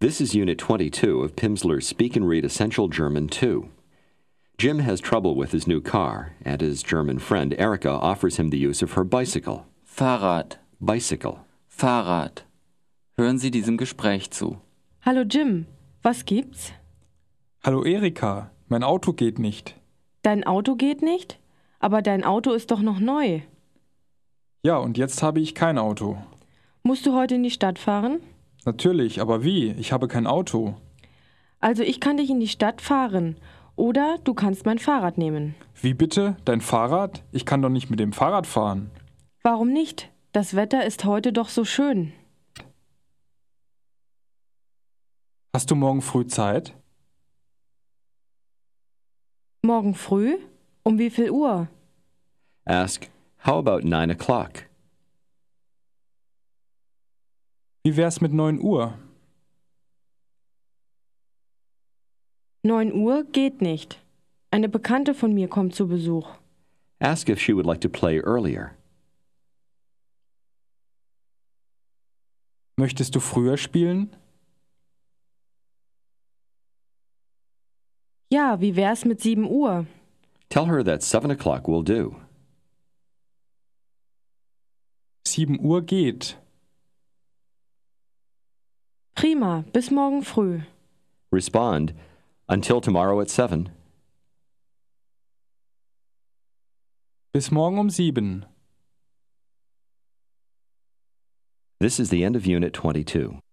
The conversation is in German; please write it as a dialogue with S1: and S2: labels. S1: This is Unit 22 of Pimsleur's Speak and Read Essential German 2. Jim has trouble with his new car, and his German friend Erika offers him the use of her bicycle.
S2: Fahrrad,
S1: Bicycle.
S2: Fahrrad. Hören Sie diesem Gespräch zu.
S3: Hallo Jim, was gibt's?
S4: Hallo Erika, mein Auto geht nicht.
S3: Dein Auto geht nicht? Aber dein Auto ist doch noch neu.
S4: Ja, und jetzt habe ich kein Auto.
S3: Musst du heute in die Stadt fahren?
S4: Natürlich, aber wie? Ich habe kein Auto.
S3: Also ich kann dich in die Stadt fahren. Oder du kannst mein Fahrrad nehmen.
S4: Wie bitte? Dein Fahrrad? Ich kann doch nicht mit dem Fahrrad fahren.
S3: Warum nicht? Das Wetter ist heute doch so schön.
S4: Hast du morgen früh Zeit?
S3: Morgen früh? Um wie viel Uhr?
S1: Ask, How about 9 o'clock?
S4: Wie wär's mit 9 Uhr?
S3: 9 Uhr geht nicht. Eine Bekannte von mir kommt zu Besuch.
S1: Ask if she would like to play earlier.
S4: Möchtest du früher spielen?
S3: Ja, wie wär's mit 7 Uhr?
S1: Tell her that 7 o'clock will do.
S4: 7 Uhr geht.
S3: Prima, bis morgen früh.
S1: Respond, Until tomorrow at 7.
S4: Bis morgen um 7.
S1: This is the end of Unit 22.